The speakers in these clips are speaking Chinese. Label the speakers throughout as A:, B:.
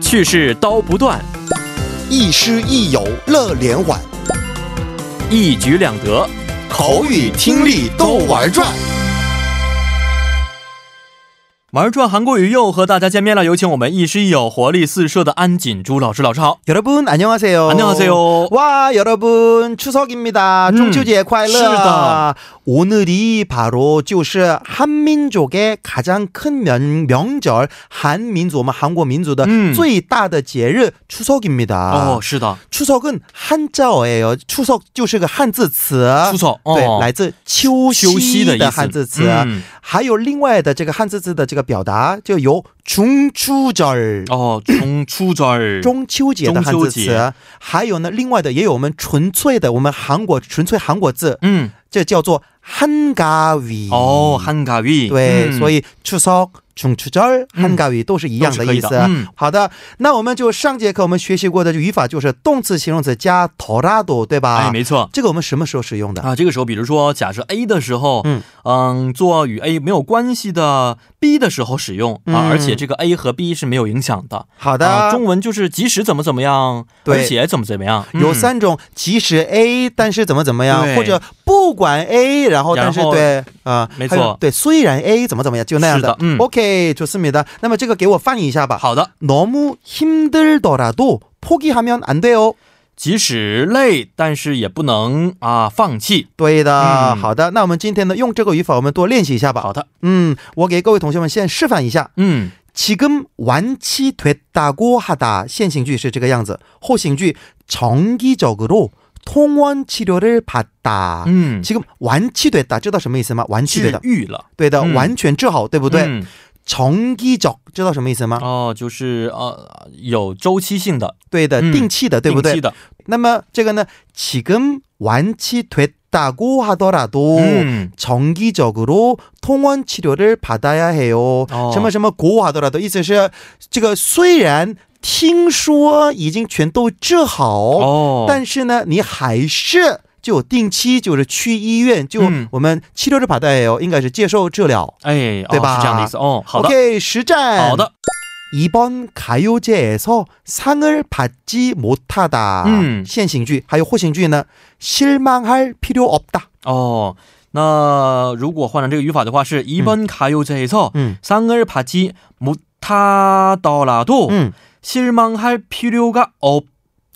A: 去世刀不断，
B: 亦师亦友乐连环，
A: 一举两得。
B: 口语听力都玩转。
A: 玩转韩国语又和大家见面了，有请我们亦师亦友、活力四射的安锦珠老师。老师好，
B: 여러분 안녕하세요.
A: 안녕하세요.
B: 와 여러분 추석입니다.
A: 음,
B: 중秋节
A: 시다.
B: 快乐. 오늘이 바로 就是 한민족의 가장 큰 명, 명절 한민족,
A: 嗯。
B: 韩国民族的最大的节日 추석입니다.
A: 哦，是的，
B: 추석은 한자어예요. 추석 就是个汉字词.
A: 出手，哦，
B: 对，来自秋
A: 休息
B: 息
A: 的意思
B: 的汉字词，
A: 嗯
B: 还有另外的这个汉字字的这个表达，就由中秋节儿、
A: 哦，中出这儿，
B: 中秋节的汉字
A: 中秋节
B: 词，还有呢，另外的也有我们纯粹的我们韩国纯粹韩国字，
A: 嗯，
B: 这叫做汉嘎语
A: 哦，汉嘎嗯语，
B: 嗯对，所
A: 以
B: 以추석、中秋节儿、
A: 嗯
B: 汉嘎语都是一
A: 一
B: 样的意思。啊
A: 嗯，
B: 好的，那我们就上节课我们学习过的语法就是动词、形容词加 torado，对吧？
A: 哎，没错。
B: 这个我们什么时候使用的？
A: 啊，这个时候，比如说，假设 A 的时候，嗯
B: 嗯
A: 做与 A 没有关系的 B 的时候使用、啊，
B: 嗯
A: 而且这个 A 和 B 是没有影响的。
B: 好的，
A: 啊，中文就是即使怎么怎么样，
B: 对
A: 而且怎么怎么样，
B: 有
A: 嗯、
B: 三种，即使 A，但是怎么怎么样，
A: 对
B: 或者不管 A，然后但是
A: 然后
B: 对啊、
A: 没错
B: 还有对，虽然 A 怎么怎么样，就那样
A: 是的嗯
B: OK，좋습니다。那么这个给我翻译一下吧。
A: 好的，
B: 너무힘들더라도포기하면안돼요。
A: 即使累，但是也不能啊放弃。
B: 对的、
A: 嗯
B: 好的。那我们今天呢，用这个语法，我们多练习一下吧。
A: 好的，
B: 嗯，我给各位同学们先示范一下。
A: 嗯，
B: 지금완치됐다고하다现行句是这个样子，后行句정기적으로통원치료를받다。
A: 嗯，
B: 지금 완치됐다 知道什么意思吗완치되다
A: 治愈了，
B: 对啊的
A: 嗯
B: 完全治好对不啊对
A: 嗯
B: 정기적知道什么意思吗
A: 哦，就是呃有周期性的，
B: 对的
A: 嗯
B: 定期的对不
A: 定期
B: 对
A: 的，
B: 那么这个呢지금완치됐다고하더라도
A: 嗯，
B: 정기적으로통원치료를받아야해요
A: 哦
B: 什么什么고하더라도意思是这个虽然听说已经全都治好
A: 哦，
B: 但是呢，你还是就定期就是去医院，就
A: 嗯
B: 我们七六日跑代有应该是接受治疗。
A: 哎，哦
B: 对吧
A: 是这样的意思哦，好的
B: OK，实战。
A: 好。的，
B: 이번가요제에서상을받지못하다。
A: 嗯
B: 现行句还有后行句呢？실망할필요없다。
A: 哦，那如果换成这个语法的话是이번가요제에서
B: 嗯
A: 상을받지못하더라도
B: 嗯，
A: 실망할필요가없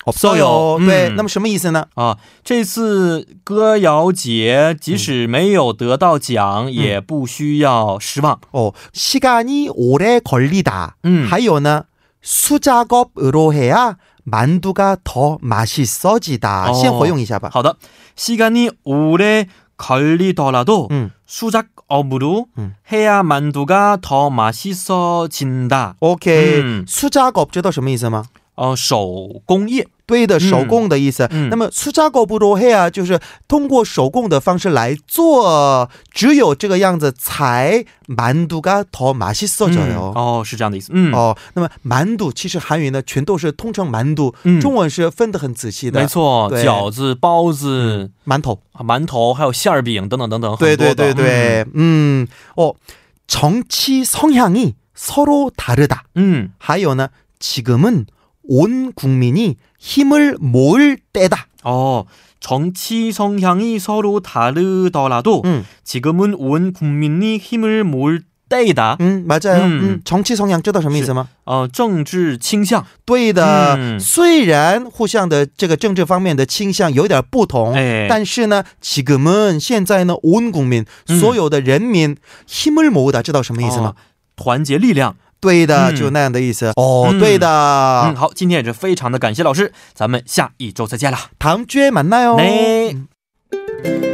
B: 없
A: 어요嗯
B: 对， 네， 那么什么意思呢？
A: 啊，这次歌谣节
B: 嗯
A: 即使没有得到奖，也不需要失望。
B: 哦，시간이오래걸리다。
A: 嗯
B: 还有呢，수작업으로해야만두가더맛있어지다。
A: 哦
B: 先活用一下吧。
A: 好的，시간이오래걸리더라도
B: 嗯。
A: 수작업으로
B: 嗯。
A: 해야만두가더맛있어진다。
B: OK，、
A: 嗯
B: 苏家狗知道什么意思吗？
A: 哦，手工业。
B: 对的，手工的意思。
A: 嗯
B: 那么苏家狗不罗黑啊，就是通过手工的方式来做，只有这个样子才满肚嘎头马西色着
A: 嗯
B: 哟。
A: 哦，是这样的意思。嗯，
B: 哦，那么满肚其实韩语呢全都是通称满肚，
A: 嗯
B: 中文是分得很仔细的。
A: 没，错，
B: 对
A: 饺子、包子、啊
B: 馒头。
A: 馒头，还有馅儿饼等等等等，
B: 对
A: 很多
B: 对
A: 的
B: 对对，
A: 음.
B: 嗯，哦， 네. 음. 어, 정치성향이서로다르다。
A: 嗯，
B: 하여나 지금은 온 국민이 힘을 모을 때다.
A: 음 어, 哦 정치 성향이 서로 다르더라도
B: 음.
A: 지금은 온 국민이 힘을 모을 때이다.
B: 음, 맞아요.
A: 음.
B: 음, 정치 성향 쩌다 什么意思吗
A: 어, 정치倾向.
B: 对
A: 嗯。
B: 的虽然互相的这个政治方面的倾向有点不同
A: 哎
B: 但是呢지금은现在呢온국민
A: 嗯。
B: 所有的人民힘을모으다知道什么意思
A: 음. 어, 음.
B: 吗
A: 团结力量。
B: 对的
A: 嗯。
B: 就那样的意思哦
A: 嗯。
B: 对的
A: 嗯，好，今天也是非常的感谢老师，咱们下一周再见了。
B: 다음주에만나요
A: 네.